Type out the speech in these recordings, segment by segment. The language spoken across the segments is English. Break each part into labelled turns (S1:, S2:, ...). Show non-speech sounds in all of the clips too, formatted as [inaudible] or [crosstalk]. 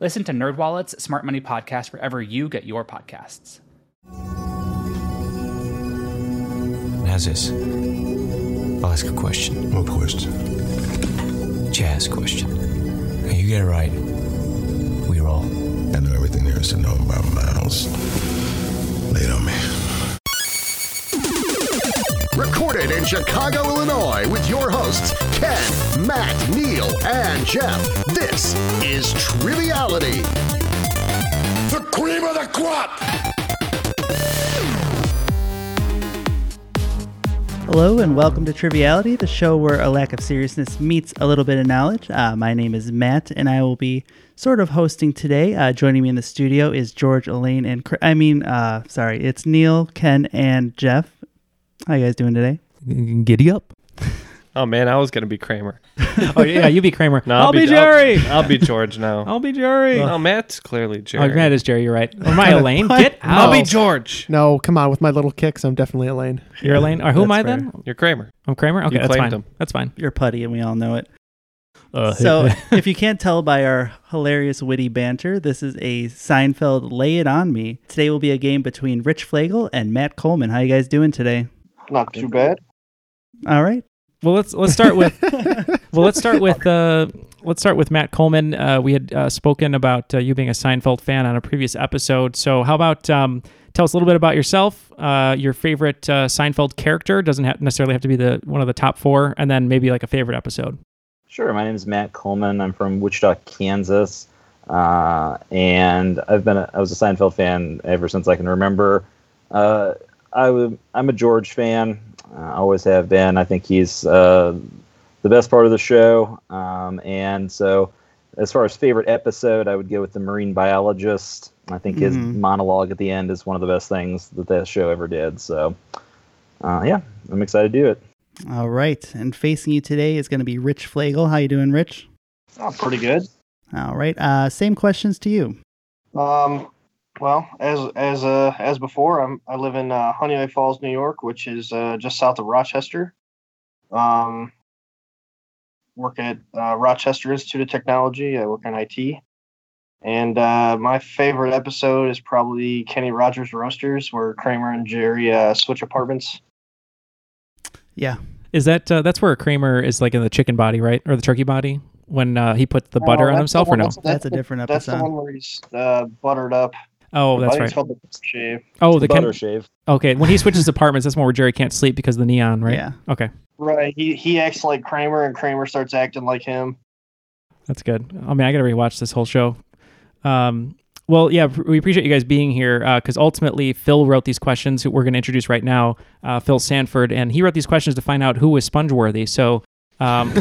S1: Listen to NerdWallet's Smart Money Podcast wherever you get your podcasts.
S2: Nazis, I'll ask a question.
S3: What question?
S2: Jazz question. And you get it right. We roll.
S3: I know everything there is to know about Miles. Lay it on me.
S4: Recorded in Chicago, Illinois, with your hosts, Ken, Matt, Neil, and Jeff. This is Triviality. The cream of the crop!
S5: Hello and welcome to Triviality, the show where a lack of seriousness meets a little bit of knowledge. Uh, my name is Matt, and I will be sort of hosting today. Uh, joining me in the studio is George, Elaine, and Cr- I mean, uh, sorry, it's Neil, Ken, and Jeff. How you guys doing today?
S6: Giddy up.
S7: Oh man, I was gonna be Kramer.
S6: [laughs] Oh yeah, you be Kramer.
S7: No,
S6: I'll, be, Jerry.
S7: I'll, I'll be George now.
S6: [laughs] I'll, be Jerry.
S7: no, Matt's clearly
S6: Oh,
S7: Jerry.
S6: Grant is Jerry. You're right. Or am I Elaine? Get out.
S7: I'll be George.
S8: No, come on. With my little kicks, I'm definitely Elaine.
S6: You're Elaine. Or who am I
S8: That's
S6: then?
S7: You're Kramer.
S6: I'm Kramer. Okay,
S7: You
S6: that's
S7: claimed
S6: fine.
S7: him.
S6: That's fine.
S5: You're putty, and we all know it.
S6: Uh, [laughs]
S5: So, if you can't tell by our hilarious, witty banter, this is a Seinfeld "Lay It On Me." Today will be a game between Rich Flagel and Matt Coleman. How you guys doing today?
S9: Not too bad.
S5: All right.
S6: well, let's let's start with [laughs] well, let's start with uh, let's start with Matt Coleman. Uh, we had uh, spoken about uh, you being a Seinfeld fan on a previous episode. So, how about um, tell us a little bit about yourself, uh, your favorite uh, Seinfeld character? Doesn't ha- necessarily have to be the one of the top four, and then maybe like a favorite episode.
S9: Sure. My name is Matt Coleman. I'm from Wichita, Kansas, uh, and I've been a, I was a Seinfeld fan ever since I can remember. Uh, I w- I'm a George fan. Uh, I always have been. I think he's uh, the best part of the show. Um, and so, as far as favorite episode, I would go with the marine biologist. I think his
S5: Mhm.
S9: monologue at the end is one of the best things that that show ever did. So, uh, yeah, I'm excited to do it.
S5: [laughs] All right. And facing you today is going to be Rich Flagel. How you doing, Rich?
S9: Oh, pretty good.
S5: All right. Uh, same questions to you.
S8: Um, well, as as uh, as before, I'm I live in uh, Honeyway Falls, New York, which is uh, just south of Rochester. Um, work at uh, Rochester Institute of Technology. I work in IT, and uh, my favorite episode is probably Kenny Rogers Roasters, where Kramer and Jerry uh, switch apartments.
S5: Yeah.
S6: Is that uh, that's where Kramer is like in the chicken body, right, or the turkey body when uh, he put the butter
S8: Uh,
S6: on
S8: that's
S6: himself,
S8: the
S6: or
S8: one-
S6: no?
S8: that's-
S5: That's a
S8: the-
S5: different
S8: That's the
S5: episode.
S8: one where he's uh, buttered up.
S6: Oh, that's
S8: I think
S6: right.
S8: it's called the shave.
S6: Oh, the
S9: butter
S6: Ken-
S9: shave.
S6: okay. When he switches [laughs] apartments, that's one where Jerry can't sleep because of the neon, right?
S5: Yeah.
S6: Okay,
S8: Right. He he acts like Kramer, and Kramer starts acting
S6: [laughs]
S8: like him.
S6: that's good. I mean, I gotta rewatch this whole show. Um, well, yeah, pr- we appreciate you guys being here because ultimately Phil wrote these questions who we're going to introduce right now. Uh, Phil Sanford, and he wrote these questions to find out who was sponge-worthy. So, um,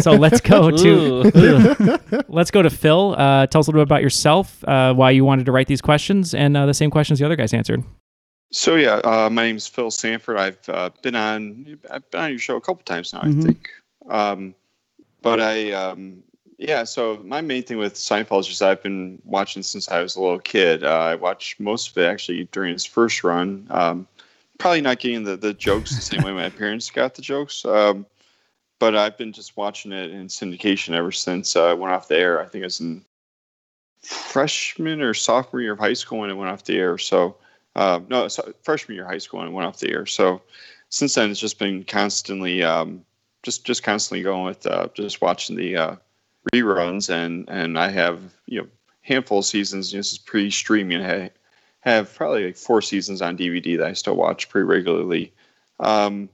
S6: so let's go to [laughs] let's go to Phil. Uh, tell us a little bit about yourself, uh, why you wanted to write these questions, and uh, the same questions the other guys answered.
S10: So yeah, uh, my name's Phil Sanford. I've uh, been on I've been on your show a couple times now,
S5: Mhm.
S11: Mm-hmm.
S10: I think. Um, but I um, yeah, so my main thing with Seinfeld is just I've been watching since I was a little kid. Uh, I watched most of it actually during its first run. Um, probably not getting the, the jokes the same way my parents got the jokes. Um, but I've been just watching it in syndication ever since uh, it went off the air. I think it was in freshman or sophomore year of high school when it went off the air. So uh, no, so freshman year of high school when it went off the air. So since then, it's just been constantly um, just just constantly going with uh, just watching the uh, reruns, and and I have you know handful of seasons. You know, this is pre-streaming. I have probably like four seasons on DVD that I still watch pretty regularly. Um,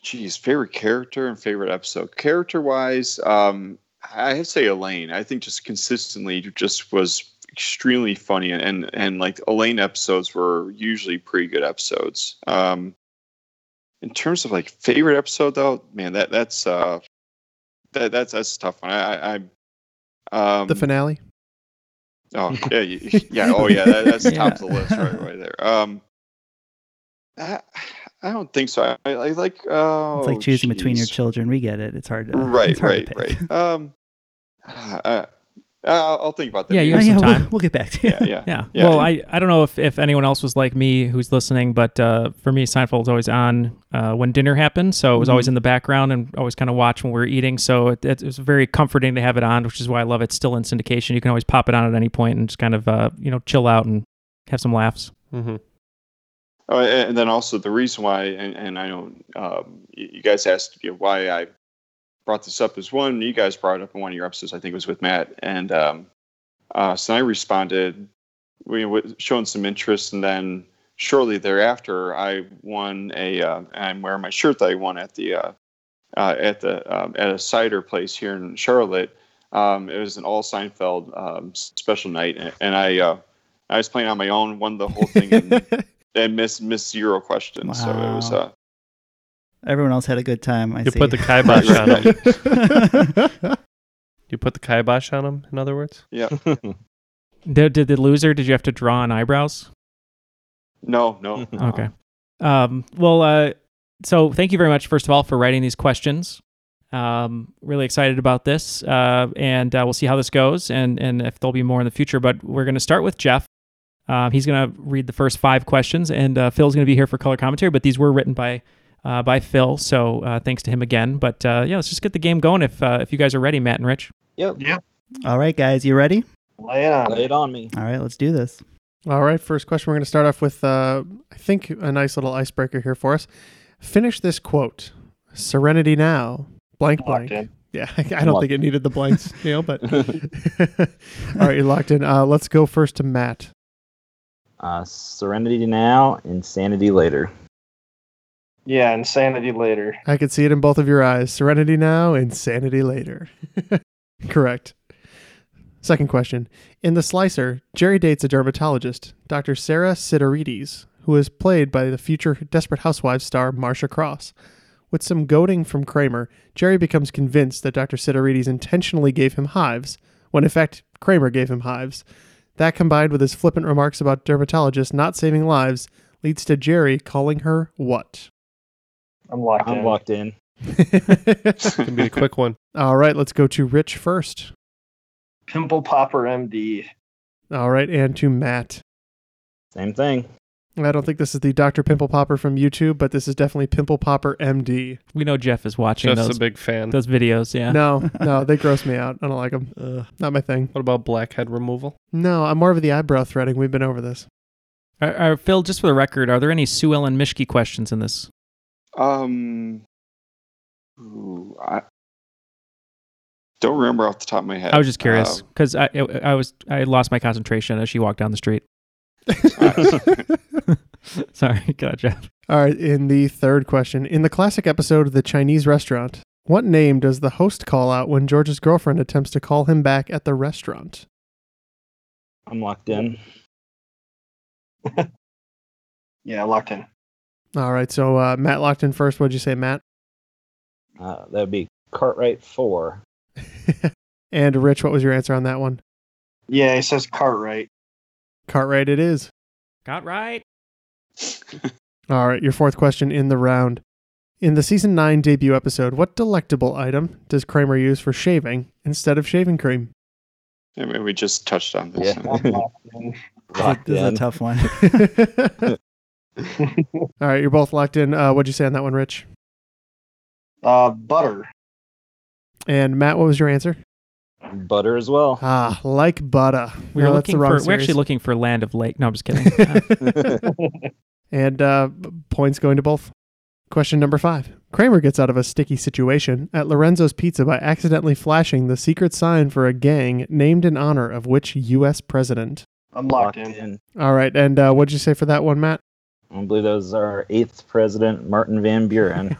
S10: geez, favorite character and favorite episode. Character-wise, um, I have to say Elaine. I think just consistently just was extremely funny and, and and like Elaine episodes were usually pretty good episodes. Um in terms of like favorite episode though, man, that that's uh that that's that's a tough one. I I I, um
S12: the finale.
S5: [laughs]
S10: Oh yeah, you- [laughs] yeah, oh yeah, that, that's top of the list right right there. Um I, I don't think so. I, I like oh
S5: it's like choosing between your children. We get it. It's hard to
S10: right
S5: it's hard
S10: right
S5: to pick.
S10: right um [sighs] uh, I'll, I'll think about that
S5: Yeah, you
S10: maybe
S5: have
S10: sometime.
S5: some time. We'll get back to you.
S10: yeah
S5: [laughs]
S10: yeah
S6: Yeah. well, I, I don't know if, if anyone else was like me who's listening, but uh, for me, Seinfeld's always on uh, when dinner happened. So it was always
S5: Mhm.
S6: in the background and always kind of watch when we were eating. So it, it, was very comforting to have it on, which is why I love it. It's still in syndication. You can always pop it on at any point and just kind of, uh, you know, chill out and have some laughs.
S7: Mm-hmm.
S10: Oh, and and then also the reason why, and, and I know um, y- you guys asked you know, why I brought this up is one you guys brought it up in one of your episodes. I think it was with Matt, and um, uh, so I responded, we were showing some interest, and then shortly thereafter, I won a. Uh, I'm wearing my shirt that I won at the uh, uh, at the um, at a cider place here in Charlotte. Um, it was an all Seinfeld um, special night, and, and I uh, I was playing on my own, won the whole thing, and, and missed missed zero questions. So it was
S5: Wow.
S10: uh,
S5: Everyone else had a good time. I
S7: You
S5: see.
S7: put the kibosh on them. [laughs] you put the kibosh on them. In other words, [laughs]
S9: [laughs]
S10: yeah.
S6: Did, did the loser, did you have to draw on eyebrows?
S10: No,
S5: [laughs]
S10: no.
S6: Okay. Um, well, uh, so thank you very much, first of all, for writing these questions. Um, really excited about this, uh, and uh, we'll see how this goes, and and if there'll be more in the future. But we're going to start with Jeff. Uh, he's going to read the first five questions, and uh, Phil's going to be here for color commentary. But these were written by uh, by Phil, so uh, thanks to him again. But uh, yeah, let's just get the game going. If uh, if you guys are ready, Matt and Rich.
S9: Yep.
S8: Yep.
S5: All right, guys, you ready?
S8: Lay it on.
S9: Lay it on me.
S5: All right, let's do this.
S12: All right, first question. We're going to start off with, uh, I think, a nice little icebreaker here for us. Finish this quote Serenity now, blank, blank. Yeah, [laughs] I don't
S9: Locked.
S12: think it needed the blanks, Neil, but. [laughs] All right, you're locked in. Uh, let's go first to Matt.
S9: Uh, serenity now, insanity later.
S8: Yeah, insanity later.
S12: I could see it in both of your eyes. Serenity now, insanity later. [laughs] Correct. Second question. In The Slicer, Jerry dates a dermatologist, Dr. Sarah Sidorides, who is played by the future Desperate Housewives star Marsha Cross. With some goading from Kramer, Jerry becomes convinced that Dr. Sidorides intentionally gave him hives, when in fact, Kramer gave him hives. That combined with his flippant remarks about dermatologists not saving lives leads to Jerry calling her what?
S8: I'm locked
S9: I'm
S8: in.
S9: locked in.
S7: can be a quick one.
S12: All right, let's go to Rich first.
S8: Pimple Popper MD.
S12: All right, and to Matt.
S9: Same thing.
S12: I don't think this is the Dr. Pimple Popper from YouTube, but this is definitely Pimple Popper MD.
S6: We know Jeff is watching
S7: Jeff's
S6: those
S7: a big fan.
S6: those videos. Yeah. [laughs]
S12: No, no, they gross me out. I don't like them. Not my thing.
S7: What about blackhead removal?
S12: No, I'm more of the eyebrow threading. We've been over this.
S6: Are, are, Uh, Phil, just for the record, are there any Sue Ellen Mishke questions in this?
S10: Um, ooh, I don't remember off the top of my head.
S6: I was just curious
S10: Um,
S6: because I, I I was I lost my concentration as she walked down the street. Sorry, [laughs] God, Jeff.
S12: All right, in the third question, in the classic episode of the Chinese restaurant, what name does the host call out when George's girlfriend attempts to call him back at the restaurant?
S9: I'm locked in.
S8: [laughs] Yeah, locked in.
S12: All right, so uh, Matt locked in first. What'd you say, Matt?
S9: Uh, that would be Cartwright four.
S12: And Rich, what was your answer on that one?
S8: Yeah, it says Cartwright.
S12: Cartwright, it is.
S6: Got right.
S12: All right, your fourth question in the round. In the season 9 debut episode, what delectable item does Kramer use for shaving instead of shaving cream?
S10: I mean, we just touched on this. [laughs]
S9: Yeah. [laughs]
S8: I'm locked in.
S9: Locked
S5: This is a
S9: in.
S5: tough
S9: [laughs]
S5: one.
S12: [laughs]
S6: [laughs]
S12: All right, you're both locked in. Uh, what'd you say on that one, Rich?
S8: Uh, butter.
S12: And Matt, what was your answer?
S9: Butter as well.
S12: Ah, like butter.
S6: We were
S12: No, that's
S6: looking
S12: the wrong
S6: for we're actually
S12: series.
S6: looking for Land of Lake. No, I'm just kidding. [laughs] Uh,
S12: and uh, b- points going to both. Question number five. Kramer gets out of a sticky situation at Lorenzo's Pizza by accidentally flashing the secret sign for a gang named in honor of which U.S. president?
S8: I'm locked, in.
S12: All right, and uh, what'd you say for that one, Matt?
S9: I believe that was our eighth president, Martin Van Buren.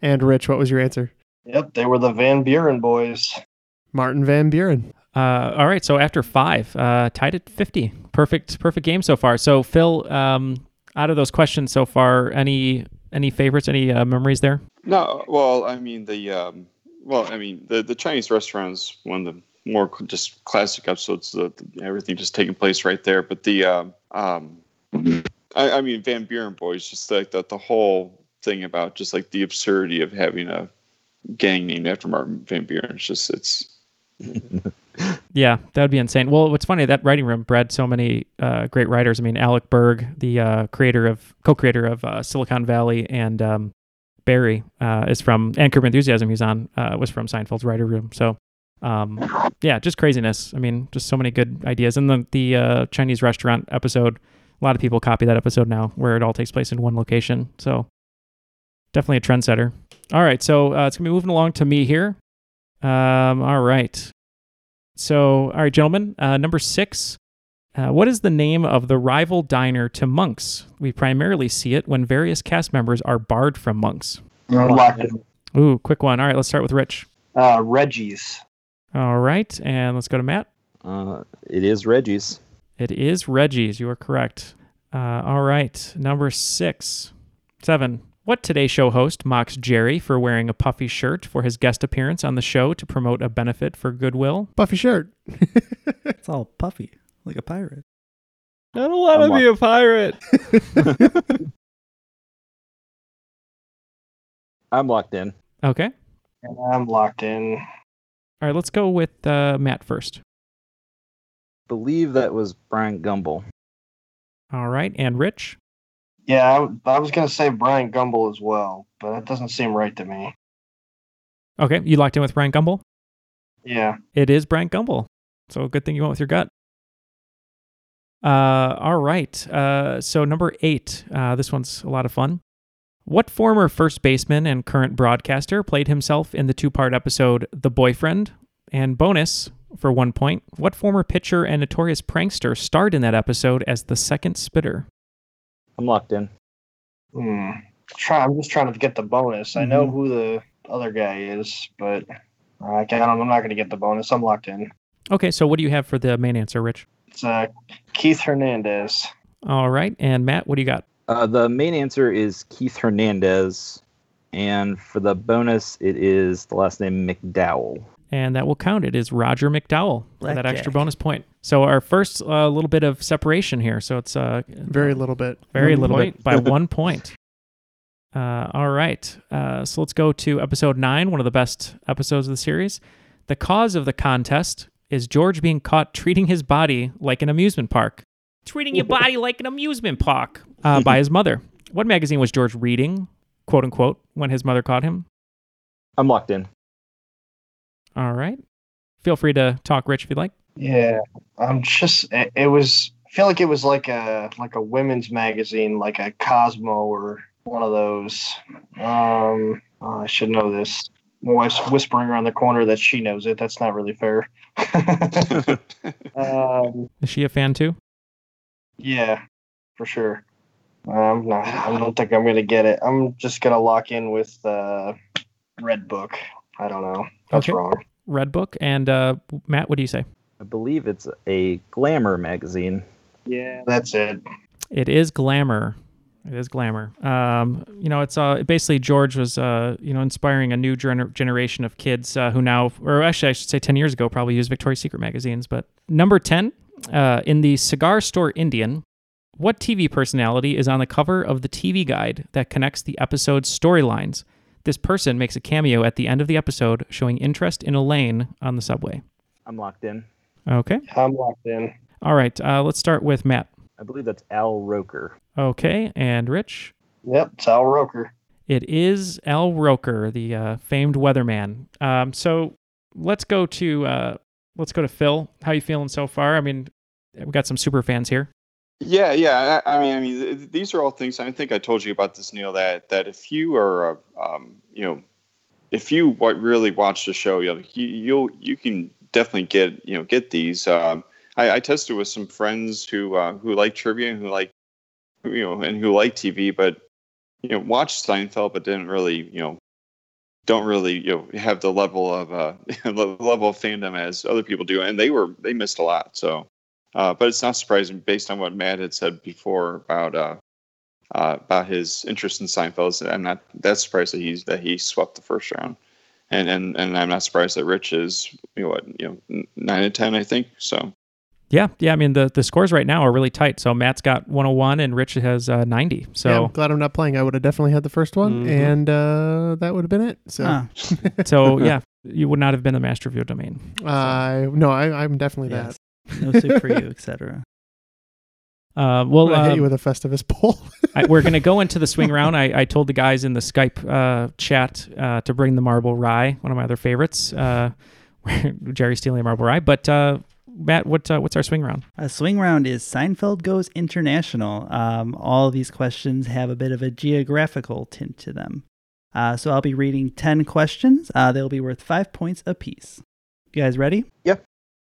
S12: And Rich, what was your answer?
S8: Yep, they were the Van Buren boys.
S12: [laughs] Martin Van Buren.
S6: Uh, all right, so after five, uh, tied at fifty. Perfect, perfect game so far. So Phil, um, out of those questions so far, any any favorites, any uh, memories there?
S10: No, well, I mean the um, well, I mean the the Chinese restaurants one of the more cl- just classic episodes. The, the- everything just taking place right there. But the um, um, I, I mean Van Buren boys, just like that the whole thing about just like the absurdity of having a gang named after Martin Van Buren. It's just it's
S6: Yeah, that would be insane. Well, what's funny that writing room bred so many uh, great writers. I mean, Alec Berg, the uh, creator of co-creator of uh, Silicon Valley, and um, Barry uh, is from and Curb Your Enthusiasm. He's on uh, was from Seinfeld's writer room. So, um, yeah, just craziness. I mean, just so many good ideas. And the the uh, Chinese restaurant episode, a lot of people copy that episode now, where it all takes place in one location. So, definitely a trendsetter. All right, so uh, it's gonna be moving along to me here. Um, all right. So, all right, gentlemen, uh, number six. Uh, what is the name of the rival diner to monks? We primarily see it when various cast members are barred from monks.
S8: I'm locked in.
S6: Ooh, quick one. All right, let's start with Rich.
S8: [laughs] Uh, Reggie's.
S6: All right, and let's go to Matt.
S9: Uh, it is Reggie's.
S6: It is Reggie's. You are correct. Uh, all right, number six, seven. What Today Show host mocks Jerry for wearing a puffy shirt for his guest appearance on the show to promote a benefit for Goodwill?
S12: [laughs] Puffy shirt.
S5: [laughs] it's all puffy, like a pirate.
S7: I don't want to
S6: I'm
S7: be a pirate.
S9: [laughs] I'm locked in.
S6: Okay.
S8: I'm locked in.
S6: All right, let's go with uh, Matt first.
S9: believe that was Brian Gumble.
S6: All right, and Rich.
S8: Yeah, I w- I, was gonna say Brian Gumble as well, but that doesn't seem right to me.
S6: Okay, you locked in with Brian Gumble.
S8: Yeah,
S6: It is Brian Gumble. So good thing you went with your gut. Uh, all right. Uh, so number eight. Uh, this one's a lot of fun. What former first baseman and current broadcaster played himself in the two-part episode "The Boyfriend"? And bonus for one point. What former pitcher and notorious prankster starred in that episode as the second spitter?
S9: I'm locked in.
S8: Hmm. Try. I'm just trying to get the bonus. I know who the other guy is, but I can I'm not going to get the bonus. I'm locked in.
S6: Okay. So what do you have for the main answer, Rich?
S8: It's uh, Keith Hernandez.
S6: All right. And Matt, what do you got?
S9: Uh, the main answer is Keith Hernandez, and for the bonus, it is the last name McDowell.
S6: and that will count. It is Roger McDowell for that extra
S9: Blackjack.
S6: bonus point. So our first uh, little bit of separation here. So it's uh,
S12: Very little bit.
S6: very
S12: One
S6: little
S12: point. [laughs]
S6: bit by one point. Uh, all right. Uh, so let's go to episode nine, one of the best episodes of the series. The cause of the contest is George being caught treating his body like an amusement park. Treating your body like an amusement park
S12: [laughs]
S6: uh, by his mother. What magazine was George reading, quote unquote, when his mother caught him?
S9: I'm locked in.
S6: All right. Feel free to talk, Rich, if you'd like.
S8: Yeah, I'm just. It, it was. I feel like it was like a like a women's magazine, like a Cosmo or one of those. Um, oh, I should know this. My wife's whispering around the corner that she knows it. That's not really fair. [laughs] um,
S6: Is she a fan too?
S8: yeah, for sure. Um, no, I don't think I'm gonna get it. I'm just gonna lock in with uh, Red Book. I don't know. That's
S6: Okay.
S8: wrong.
S6: Red Book. And uh, Matt, what do you say?
S9: I believe it's a glamour magazine.
S8: Yeah, that's it.
S6: It is glamour. It is glamour. Um, you know, it's uh, basically George was, uh, you know, inspiring a new gener- generation of kids uh, who now, or actually, I should say, ten years ago, probably used Victoria's Secret magazines. But number ten uh, in the cigar store Indian, what TV personality is on the cover of the TV guide that connects the episode's storylines? This person makes a cameo at the end of the episode, showing interest in Elaine on the subway.
S9: I'm locked in.
S6: Okay.
S8: I'm locked in.
S6: All right. Uh, let's start with Matt.
S9: I believe that's Al Roker.
S6: Okay, and Rich,
S8: Yep, it's Al Roker.
S6: it is Al Roker, the uh, famed weatherman. Um, so let's go to uh, let's go to Phil. How you feeling so far? I mean, we got some super fans here.
S10: Yeah, yeah. I, I mean, I mean, th- these are all things. I think I told you about this, Neil. That that if you are, a, um, you know, if you wa- really watch the show, you'll you, you'll you can definitely get you know get these. Um, I, I tested with some friends who uh, who like trivia and who like you know and who like TV, but you know watched Seinfeld, but didn't really you know don't really you know have the level of uh, [laughs] level of fandom as other people do, and they were they missed a lot. So. Uh, but it's not surprising based on what Matt had said before about uh, uh, about his interest in Seinfeld. I'm not that surprised that he's that he swept the first round, and and and I'm not surprised that Rich is you know, what you know nine and ten I think so.
S6: Yeah, yeah. I mean, the, the scores right now are really tight. So Matt's got 101 and Rich has uh, 90. So
S12: Yeah, I'm glad I'm not playing. I would have definitely had the first one,
S6: Mhm.
S12: and uh, that would have been it. So,
S6: Ah. [laughs] so yeah, you would not have been the master of your domain.
S12: I no, I, I'm definitely that.
S5: No
S12: [laughs]
S5: soup for you, etc.
S6: Uh, well,
S12: I hit
S6: um,
S12: you with a Festivus poll.
S6: [laughs] I, we're going to go into
S12: [laughs]
S6: the swing round. I, I told the guys in the Skype uh, chat uh, to bring the marble rye, one of my other favorites. Uh, [laughs] Jerry stealing a marble rye, but uh, Matt, what uh, what's our swing round?
S5: A swing round is Seinfeld goes international. Um, all of these questions have a bit of a geographical tint to them. Uh, so I'll be reading 10 questions. Uh, they'll be worth five points apiece. You guys ready?
S8: Yep.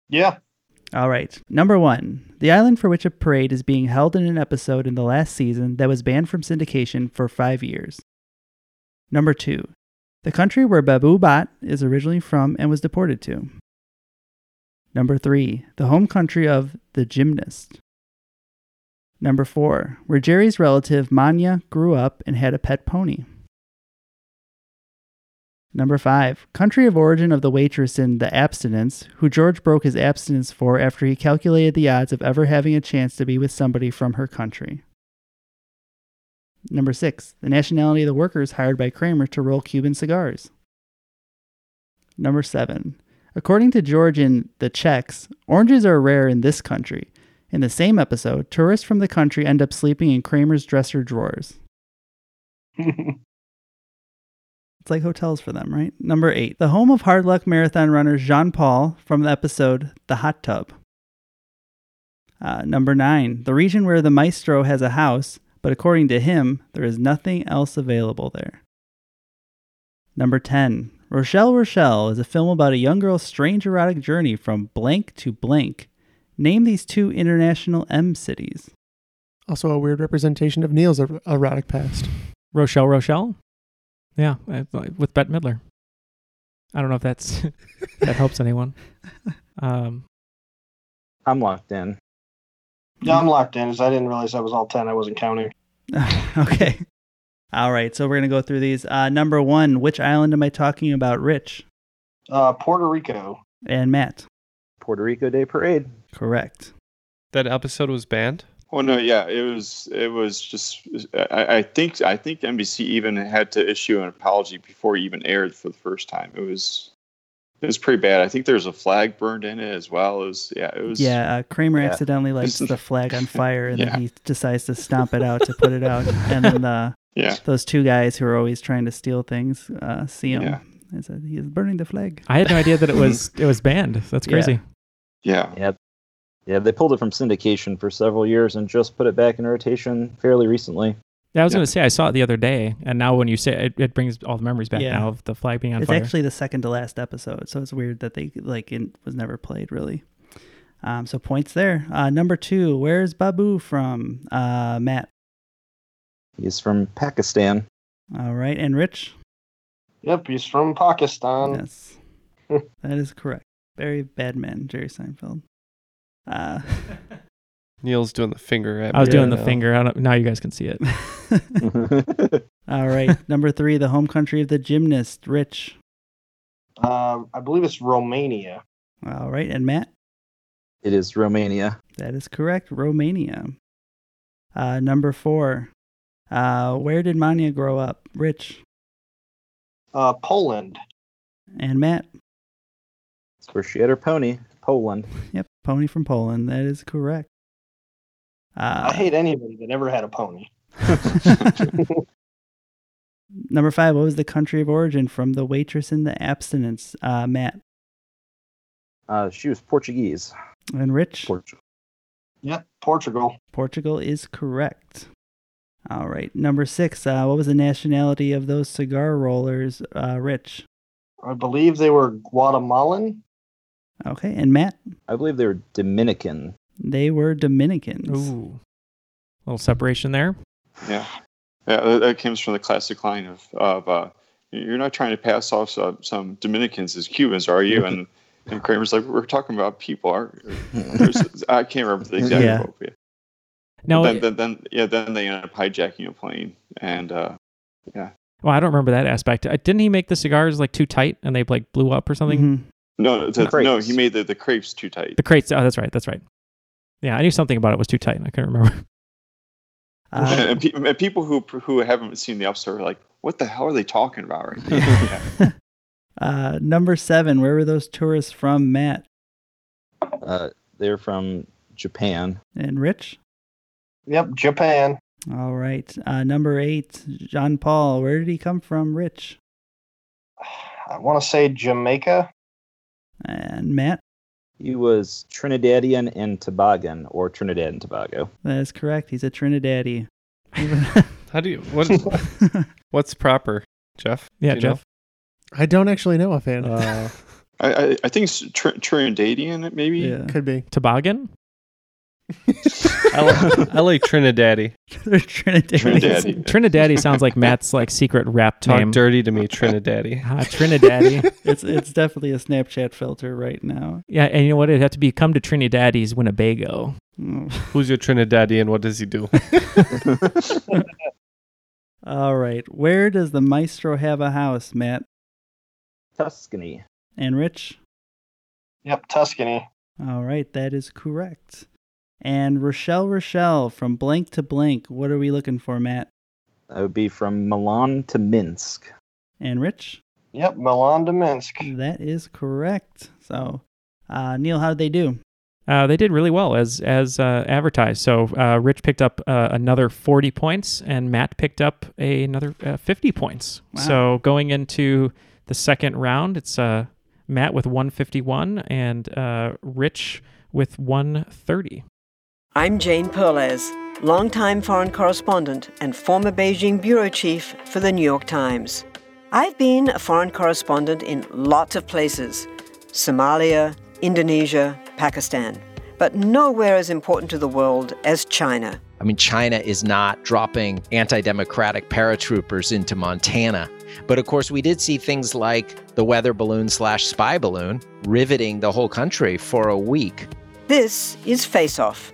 S8: Yeah.
S5: All right. Number one The island for which a parade is being held in an episode in the last season that was banned from syndication for five years. Number two The country where Babu Bhat is originally from and was deported to. Number three, the home country of the gymnast. Number four, where Jerry's relative Manya grew up and had a pet pony. Number five, country of origin of the waitress in The Abstinence, who George broke his abstinence for after he calculated the odds of ever having a chance to be with somebody from her country. Number six, the nationality of the workers hired by Kramer to roll Cuban cigars. Number seven, according to George in The Czechs, oranges are rare in this country. In the same episode, tourists from the country end up sleeping in Kramer's dresser drawers. It's like hotels for them, right? Number eight, the home of hard luck marathon runner Jean Paul from the episode The Hot Tub. Uh, number nine, the region where the maestro has a house, but according to him, there is nothing else available there. Number 10, Rochelle Rochelle is a film about a young girl's strange erotic journey from blank to blank. Name these two international M cities.
S12: also, a weird representation of Neil's er- erotic past.
S6: Rochelle, Rochelle. Yeah, I- Uh, with Bette Midler. I don't know if that's [laughs] if that helps anyone. Um,
S9: I'm locked in.
S8: Yeah, I'm locked in. As I didn't realize that was all ten. I wasn't counting.
S5: okay. All right, so we're going to go through these. Uh, number one, which island am I talking about, Rich
S8: Uh, Puerto Rico.
S5: and Matt?
S9: Puerto Rico Day Parade.
S5: Correct.
S7: That episode was banned.
S10: Well, Oh, no, yeah, it was it was just I, I think I think NBC even had to issue an apology before it even aired for the first time. It was it was pretty bad. I think there was a flag burned in it as well. It was yeah, it was
S5: yeah, uh, Kramer
S10: yeah.
S5: accidentally lights
S10: [laughs]
S5: the flag on fire, and
S10: Yeah.
S5: then he decides to stomp it out to put it out. And then the,
S10: [laughs] Yeah.
S5: those two guys who are always trying to steal things uh, see him.
S10: Yeah.
S5: I said, he is burning the flag.
S6: I had no idea that
S12: [laughs]
S6: it
S5: [laughs]
S6: was it was banned. That's
S5: Yeah.
S6: crazy.
S10: Yeah.
S9: Yeah. Yeah, they pulled it from syndication for several years and just put it back in rotation fairly recently.
S6: Yeah, I was going to say I saw it the other day, and now when you say it, it brings all the memories back
S5: Yeah.
S6: now of the flag being on
S5: it's
S6: fire.
S12: [laughs]
S5: actually the second to last episode, so it's weird that they like it was never played really. Um, so points there. Uh, number two, where's Babu from? Uh, Matt.
S9: He's from Pakistan.
S5: All right, and Rich.
S8: Yep, he's from Pakistan.
S5: Yes, that is correct. Very bad man, Jerry Seinfeld.
S6: [laughs]
S5: Uh,
S7: Neil's doing the finger. At
S6: I was
S7: me
S6: doing the
S7: right now.
S6: finger. I don't, now you guys can see it.
S5: [laughs] all right, number three, the home country of the gymnast, Rich.
S8: Um, I believe it's Romania.
S5: All right, and Matt.
S9: It is Romania.
S5: That is correct, Romania. Uh, number four, uh, where did Mania grow up, Rich
S8: Uh, Poland.
S5: and Matt?
S9: It's where she had her pony, Poland.
S5: Yep, pony from Poland. That is correct.
S8: I
S5: Uh,
S8: hate anybody that ever had a pony.
S5: number five. What was the country of origin from the waitress in the abstinence? Uh, Matt
S9: Uh, she was Portuguese.
S5: and Rich.
S9: Portugal.
S8: Yep, Portugal.
S5: Portugal is correct. All right, number six. Uh, what was the nationality of those cigar rollers, uh, Rich?
S8: I believe they were Guatemalan.
S5: Okay, and Matt?
S9: I believe they were Dominican.
S5: They were Dominicans.
S6: Ooh, little separation there.
S10: Yeah, yeah. That, that comes from the classic line of of uh, you're not trying to pass off some, some Dominicans as Cubans, are
S6: [laughs]
S10: you? And and Kramer's like, we're talking about people. Are
S6: [laughs]
S10: I can't remember the exact
S5: Yeah.
S10: quote. but yeah.
S6: Now-
S10: then, then, then yeah, then they end up hijacking a plane, and uh, yeah,
S6: Well, I don't remember that aspect. Uh, Didn't he make the cigars like too tight and they like blew up or something?
S10: no, the,
S6: Crepes.
S10: no, he made the, the crepes too tight.
S6: The crates. Oh, that's right. That's right. Yeah, I knew something about it was too tight and I couldn't remember. [laughs] uh,
S10: and, and, pe- and people who who haven't seen the episode are like, what the hell are they talking about
S6: [laughs]
S10: right now? Yeah.
S5: Uh, number seven. Where were those tourists from, Matt
S9: Uh, they're from Japan.
S5: and Rich?
S8: Yep, Japan.
S5: All right. Uh, number eight. Jean Paul. Where did he come from, Rich
S8: I want to say Jamaica.
S5: and Matt?
S9: He was Trinidadian and Tobagan, or Trinidad and Tobago.
S5: That is correct. He's a Trinidadian.
S7: How do you what? what's proper, Jeff?
S6: Yeah,
S7: Do you know?
S6: Jeff.
S12: I don't actually know offhand.
S10: I, I, I think it's Tr- Trinidadian, maybe.
S12: [laughs] Could be.
S6: Toboggan?
S7: I, li- I
S6: [laughs]
S7: like Trinidaddy.
S5: They're Trinidadian.
S10: Trinidaddy.
S6: Trinidaddy sounds like Matt's like secret rap
S7: Talk
S6: name.
S7: dirty to
S6: [laughs]
S7: me, Trinidaddy.
S6: Ah, Trinidaddy.
S5: [laughs] it's it's definitely a Snapchat filter right now.
S6: yeah, and you know what? It'd have to be come to Trinidaddy's Winnebago.
S5: Mm.
S7: Who's your Trinidaddy and what does
S6: [laughs]
S7: he do? [laughs]
S5: All right. Where does the maestro have a house, Matt
S9: Tuscany.
S5: and Rich?
S8: Yep, Tuscany.
S5: All right, that is correct. And Rochelle Rochelle from blank to blank. What are we looking for, Matt
S9: That would be from Milan to Minsk.
S5: and Rich?
S8: Yep, Milan to Minsk.
S5: That is correct. So, uh, Neil, how did they do?
S6: Uh, they did really well as as uh, advertised. So uh, Rich picked up uh, another 40 points, and Matt picked up a, another uh, 50 points.
S5: Wow.
S6: So going into the second round, it's uh, Matt with 151 and uh, Rich with 130.
S13: I'm Jane Perlez, longtime foreign correspondent and former Beijing bureau chief for the New York Times. I've been a foreign correspondent in lots of places Somalia, Indonesia, Pakistan, but nowhere as important to the world as China.
S14: I mean, China is not dropping anti democratic paratroopers into Montana. But of course, we did see things like the weather balloon slash spy balloon riveting the whole country for a week.
S13: This is Face Off,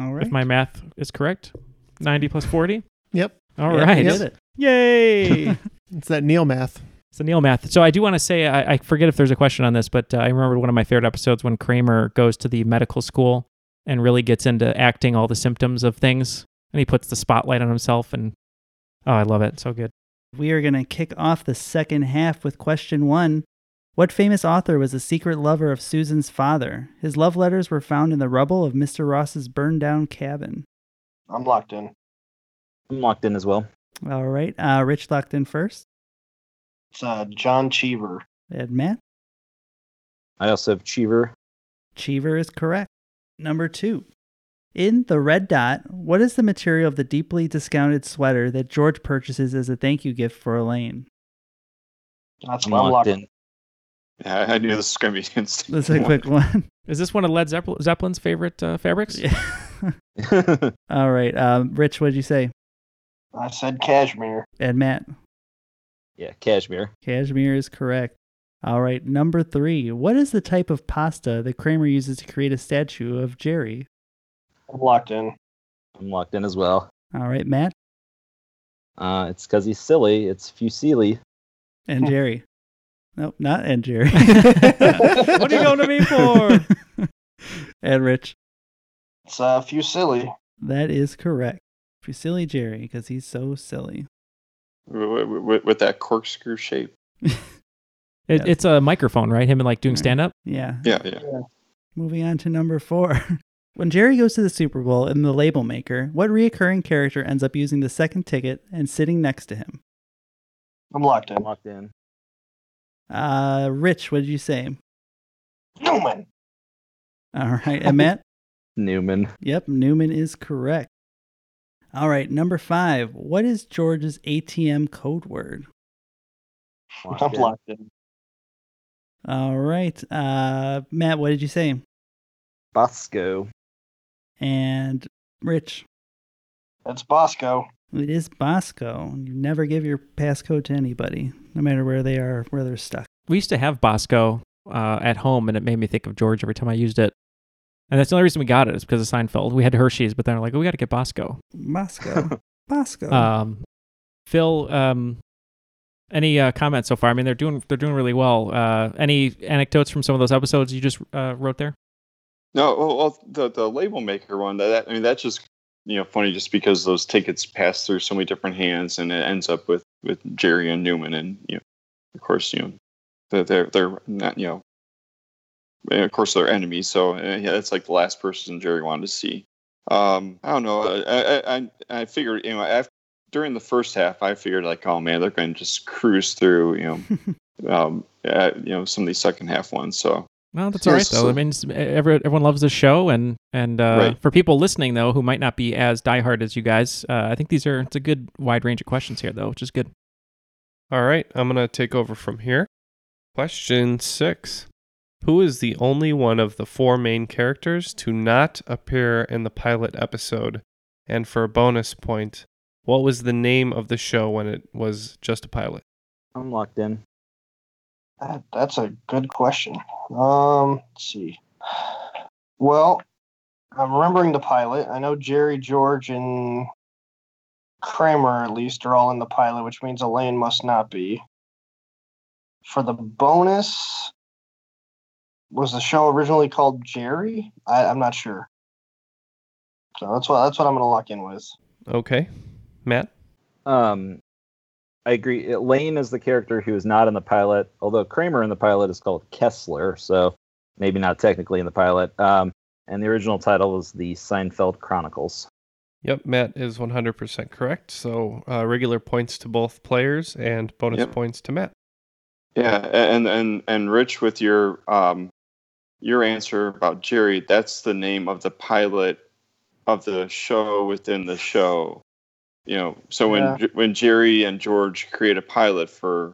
S5: All
S6: If my math is correct, 90 plus 40.
S12: Yep.
S6: All
S12: Yep,
S6: right.
S12: you did it.
S6: Yay.
S12: [laughs] it's that Neil math.
S6: It's the Neil math. So I do want to say I, I forget if there's a question on this, but uh, I remember one of my favorite episodes when Kramer goes to the medical school and really gets into acting all the symptoms of things, and he puts the spotlight on himself, and oh, I love it. So good.
S5: We are going to kick off the second half with question one. What famous author was the secret lover of Susan's father? His love letters were found in the rubble of Mr. Ross's burned down cabin.
S8: I'm locked in.
S9: I'm locked in as well.
S5: All right. Uh, Rich locked in first.
S8: It's uh, John Cheever.
S5: And Matt?
S9: I also have Cheever.
S5: Cheever is correct. Number two. In The Red Dot, what is the material of the deeply discounted sweater that George purchases as a thank you gift for Elaine?
S8: That's
S9: I'm locked, in.
S10: Yeah, I knew this was going to be [laughs] instant.
S5: That's a quick one.
S6: Is this one of Led Zeppel- Zeppelin's favorite uh, fabrics?
S5: All right. Um, Rich, what did you say?
S8: I said cashmere.
S5: And Matt?
S9: Yeah, cashmere.
S5: Cashmere is correct. All right, number three. What is the type of pasta that Kramer uses to create a statue of Jerry?
S8: I'm locked in.
S9: I'm locked in as well.
S5: All right, Matt
S9: Uh, it's because he's silly. It's Fusili.
S5: and Jerry. Nope, not and Jerry. [laughs]
S6: What are you going to me for?
S5: and Rich.
S8: It's uh, Fusilli.
S5: That is correct. For silly Jerry, because he's so silly.
S10: With, with, with that corkscrew shape.
S6: It, It's a microphone, right? Him and like doing stand up.
S5: Yeah.
S10: Yeah, yeah.
S5: Moving on to number four. [laughs] when Jerry goes to the Super Bowl in The Label Maker, what reoccurring character ends up using the second ticket and sitting next to him?
S8: I'm locked in.
S9: locked in.
S5: Uh, Rich, what did you say?
S8: Newman.
S5: All
S9: [laughs]
S5: right, and Matt?
S9: Newman.
S5: Yep, Newman is correct. All right, number five. What is George's ATM code word?
S8: I'm locked in.
S5: All right, uh, Matt, what did you say?
S9: Bosco.
S5: And Rich,
S8: That's Bosco.
S5: it is Bosco. You never give your passcode to anybody, no matter where they are, where they're stuck.
S6: We used to have Bosco uh, at home, and it made me think of George every time I used it. And that's the only reason we got it is because of Seinfeld. We had Hershey's, but then we're like, oh, we got to get Bosco.
S10: [laughs]
S5: Bosco. Bosco.
S6: Um, Phil, um, any uh, comments so far? I mean, they're doing they're doing really well. Uh, any anecdotes from some of those episodes you just uh, wrote there?
S10: No, well, well, the the label maker one. That, that I mean, that's just you know funny, just because those tickets pass through so many different hands, and it ends up with with Jerry and Newman, and you know, of course, you know, they're they're, they're not you know, and of course, they're enemies. So uh, yeah, that's like the last person Jerry wanted to see. Um, I don't know. I I I, I figured you know after, during the first half, I figured like, oh man, they're going to just cruise through you
S6: [laughs]
S10: know, um, uh, you know, some of these second half ones. So
S6: No, that's
S10: Yeah,
S6: all right
S10: so-
S6: though. I mean, it's- e, every, everyone loves the show, and and uh,
S10: Right.
S6: for people listening though who might not be as diehard as you guys, uh, I think these are it's a good wide range of questions here though, which is good.
S7: All right, I'm going to take over from here. Question six Who is the only one of the four main characters to not appear in the pilot episode? And for a bonus point, what was the name of the show when it was just a pilot?
S9: I'm locked in.
S8: That, that's a good question. Um, let's see. Well, I'm remembering the pilot. I know Jerry, George, and Kramer at least are all in the pilot, which means Elaine must not be. For the bonus, was the show originally called Jerry? I, I'm not sure. So that's what that's what I'm gonna lock in with.
S7: Okay. Matt?
S9: Um, I agree. Uh, Lane is the character who is not in the pilot, although Kramer in the pilot is called Kessler, so maybe not technically in the pilot. Um, and the original title was The Seinfeld Chronicles.
S7: Yep, Matt is 100% correct. So uh, regular points to both players and bonus
S10: Yep.
S7: points to Matt.
S10: Yeah, and and and Rich, with your um, your answer about Jerry, that's the name of the pilot of the show within the show. You know, so when
S8: Yeah.
S10: when Jerry and George create a pilot for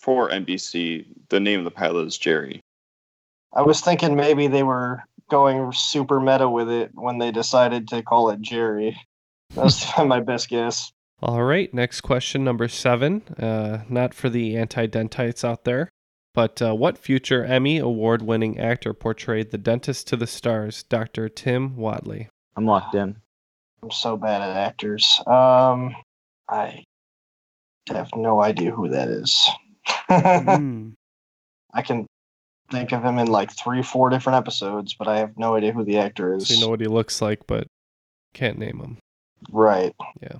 S10: for NBC, the name of the pilot is Jerry.
S8: I was thinking maybe they were going super meta with it when they decided to call it Jerry. That's [laughs] my best guess.
S7: All right, next question number seven. Uh, not for the anti dentites out there, but uh, what future Emmy award winning actor portrayed the dentist to the stars, Dr. Tim Wadley?
S9: I'm locked in.
S8: I'm so bad at actors. Um, I have no idea who that is. [laughs]
S5: Hmm.
S8: I can think of him in like three, four different episodes, but I have no idea who the actor is.
S7: So you know what he looks like, but can't name him.
S8: Right.
S7: Yeah.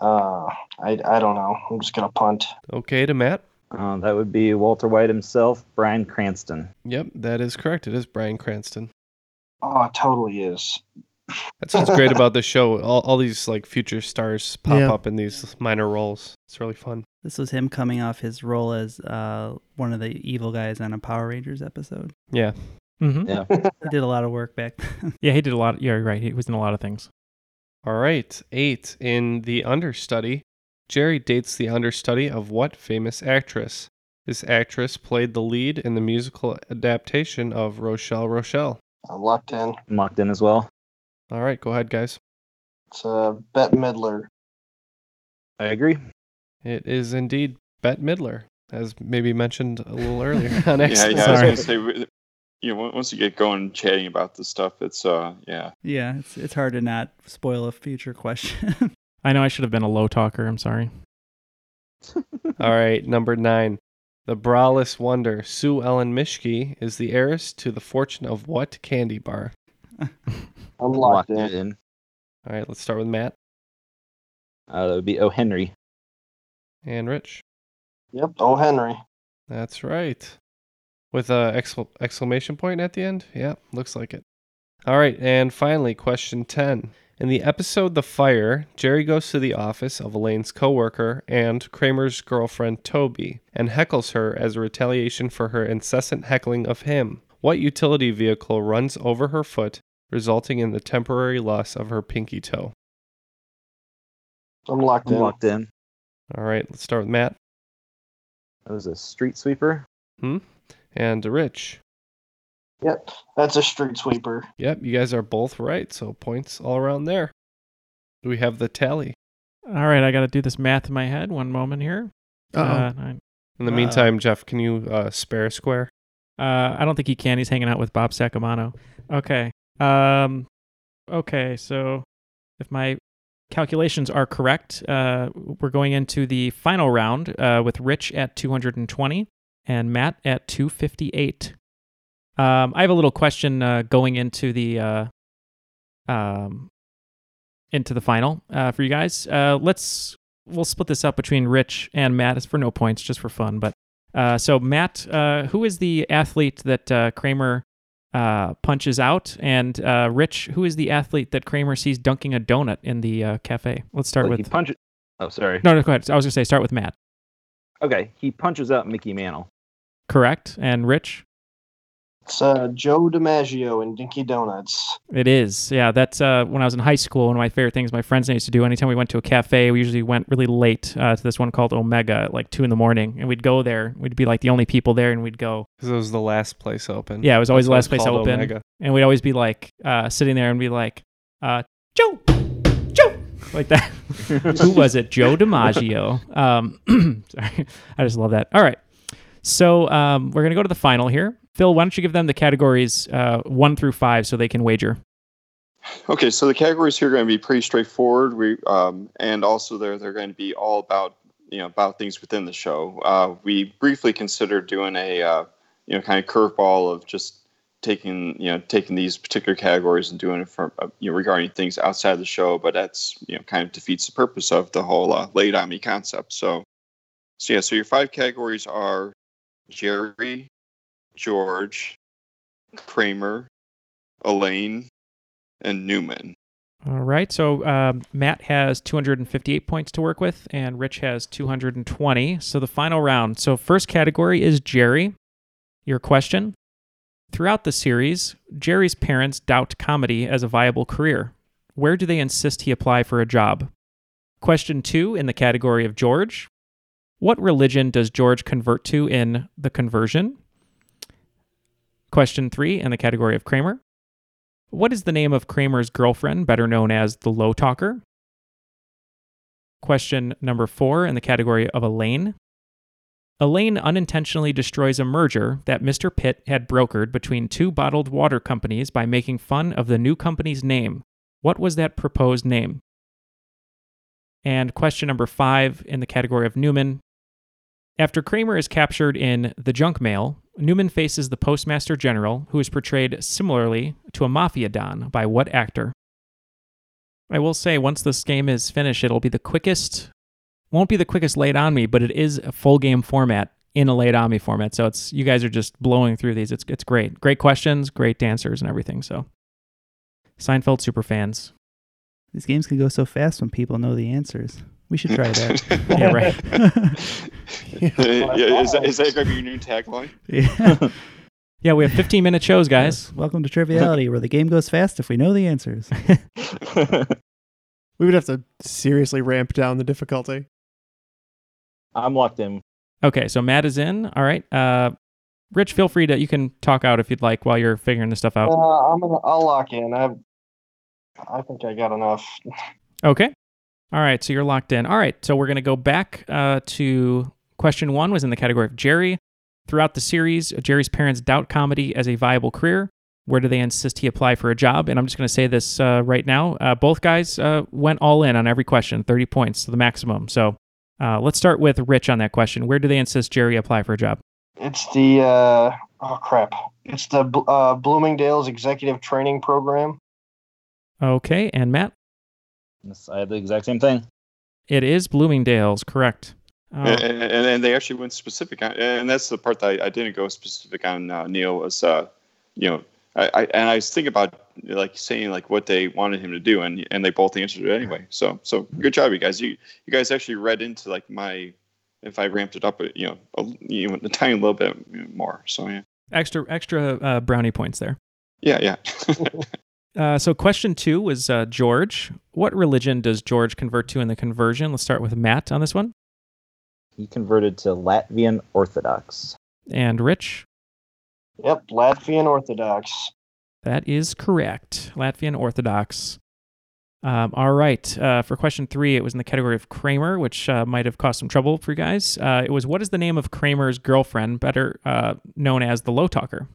S8: Uh, I, I don't know. I'm just gonna punt.
S7: Okay to Matt.
S9: Uh, that would be Walter White himself, Brian Cranston.
S7: Yep, that is correct. It is Brian Cranston.
S8: Oh, it totally is.
S7: That's what's great about this show. All, all these like future stars pop
S5: Yeah.
S7: up in these minor roles. It's really fun.
S5: This was him coming off his role as uh, one of the evil guys on a Power Rangers episode.
S7: Yeah.
S6: Mhm. Yeah.
S5: he did a lot of work back then. [laughs]
S6: [laughs] Yeah, he did a lot. Yeah, you're right. He was in a lot of things.
S7: All right, eight in the understudy. Jerry dates the understudy of what famous actress? This actress played the lead in the musical adaptation of Rochelle Rochelle.
S8: I'm locked in.
S9: I'm locked in as well.
S7: All right, go ahead, guys.
S8: It's uh, Bette Midler.
S9: I agree.
S7: It is indeed Bette Midler, as maybe mentioned a little earlier on
S10: yeah,
S7: accident.
S10: yeah. I was
S7: Sorry.
S10: gonna say, w- you know, on- once you get going chatting about this stuff, it's uh, yeah.
S5: yeah, it's it's hard to not spoil a future question. [laughs]
S6: I know I should have been a low talker. I'm sorry.
S7: All right, number nine. The braless wonder, Sue Ellen Mishke, is the heiress to the fortune of what candy bar?
S8: I'm
S9: locked, in.
S7: All right, let's start with Matt
S9: Uh, that would be O. Henry.
S7: and Rich.
S8: Yep. Oh, Henry.
S7: That's right. With a excl- exclamation point at the end? Yeah, looks like it. All right, and finally, question 10. In the episode The Fire, Jerry goes to the office of Elaine's coworker and Kramer's girlfriend Toby and heckles her as a retaliation for her incessant heckling of him. What utility vehicle runs over her foot, resulting in the temporary loss of her pinky toe?
S8: I'm locked
S9: I'm
S8: in.
S9: locked in.
S7: All right, let's start with Matt.
S9: That was a street sweeper.
S7: Hmm? And Rich.
S8: Yep. That's a street sweeper.
S7: Yep, you guys are both right, so points all around there. Do we have the tally?
S6: All right, I got to do this math in my head. One moment here.
S7: Uh-oh.
S6: Uh, nine.
S7: In the
S6: Uh,
S7: meantime, Jeff, can you uh, spare a square?
S6: Uh, I don't think he can. He's hanging out with Bob Sacamano. Okay. Um, okay. So, if my calculations are correct, uh, we're going into the final round uh, with Rich at 220 and Matt at 258. Um, I have a little question uh, going into the uh, um, into the final uh, for you guys. Uh, let's we'll split this up between Rich and Matt. It's for no points, just for fun. But uh, so Matt, uh, who is the athlete that uh, Kramer uh, punches out, and uh, Rich, who is the athlete that Kramer sees dunking a donut in the uh, cafe? Let's start
S9: Like,
S6: with
S9: he punches. Oh, sorry.
S6: no, no, go ahead. I was gonna say start with Matt,
S9: Okay, he punches out Mickey Mantle.
S6: correct? And Rich,
S8: It's uh, Joe DiMaggio and Dinky Donuts.
S6: It is. Yeah, that's uh, when I was in high school. One of my favorite things my friends and I used to do. Anytime we went to a cafe, we usually went really late uh, to this one called Omega at like two in the morning, and we'd go there. We'd be like the only people there, and we'd go.
S7: Because it was the last place open.
S6: Yeah, it was always
S7: That's
S6: the
S7: why
S6: last
S7: it's
S6: place
S7: called
S6: open,
S7: Omega.
S6: and we'd always be like uh, sitting there and be like, uh, Joe, Joe, like
S7: [laughs]
S6: that. Who was it? Joe DiMaggio. Um, [clears throat] sorry, I just love that. All right, so um, we're gonna go to the final here. Phil, why don't you give them the categories uh, one through five so they can wager?
S10: Okay, so the categories here are going to be pretty straightforward. We um, and also they're they're going to be all about you know about things within the show. Uh, we briefly considered doing a uh, you know kind of curveball of just taking you know taking these particular categories and doing it for uh, you know regarding things outside the show, but that's you know kind of defeats the purpose of the whole uh, laid on me concept. So so yeah, so your five categories are Jerry, George, Kramer, Elaine, and Newman.
S6: All right. So um, Matt has 258 points to work with, and Rich has 220. So the final round. So, first category is Jerry. Your question Throughout the series, Jerry's parents doubt comedy as a viable career. Where do they insist he apply for a job? Question two in the category of George What religion does George convert to in The Conversion? Question three in the category of Kramer. What is the name of Kramer's girlfriend, better known as the Low Talker? Question number four in the category of Elaine. Elaine unintentionally destroys a merger that Mr. Pitt had brokered between two bottled water companies by making fun of the new company's name. What was that proposed name? And question number five in the category of Newman. After Kramer is captured in The Junk Mail, Newman faces the Postmaster General, who is portrayed similarly to a mafia don by what actor? I will say once this game is finished, it'll be the quickest. Won't be the quickest laid on me, but it is a full game format in a laid on me format. So it's you guys are just blowing through these. It's it's great, great questions, great answers, and everything. So Seinfeld super fans.
S5: These games can go so fast when people know the answers. We should try that.
S6: yeah, right.
S5: [laughs]
S10: [laughs] yeah, is, that, is that going to be your new tagline? [laughs]
S5: Yeah.
S6: [laughs] yeah, we have 15 minute shows, guys.
S5: Welcome to Triviality, where the game goes fast if we know the answers.
S12: We would have to seriously ramp down the difficulty.
S9: I'm locked in.
S6: Okay, so Matt is in. All right. Uh, Rich, feel free to you can talk out if you'd like while you're figuring this stuff out.
S8: Uh, I'm gonna, I'll lock in. I I think I got enough.
S6: Okay. All right, so you're locked in. All right, so we're going to go back uh, to question one was in the category of Jerry. Throughout the series, Jerry's parents doubt comedy as a viable career. Where do they insist he apply for a job? And I'm just going to say this uh, right now. Uh, both guys uh, went all in on every question, 30 points to the maximum. So uh, let's start with Rich on that question. Where do they insist Jerry apply for a job?
S8: It's the uh, oh crap. It's the Bl- uh, Bloomingdale's Executive Training Program.
S6: Okay, and Matt?
S9: Yes, I had the exact same thing.
S6: It is Bloomingdale's, correct. Oh.
S10: [laughs] And, and, and they actually went specific on, and that's the part that I, I didn't go specific on. Uh, Neil was, uh, you know, I, I and I was thinking about like saying like what they wanted him to do, and and they both answered it anyway. So so good job, you guys. You you guys actually read into like my if I ramped it up, you know, a, you know, a tiny little bit more. So yeah,
S6: Extra extra uh, brownie points there.
S10: yeah, yeah.
S6: Uh, so question two was uh, George. What religion does George convert to in the conversion? Let's start with Matt on this one.
S9: He converted to Latvian Orthodox.
S6: And Rich,
S8: Yep, Latvian Orthodox.
S6: that is correct. Latvian Orthodox. Um, all right. Uh, for question three, it was in the category of Kramer, which uh, might have caused some trouble for you guys. Uh, it was what is the name of Kramer's girlfriend, better uh, known as the Low Talker?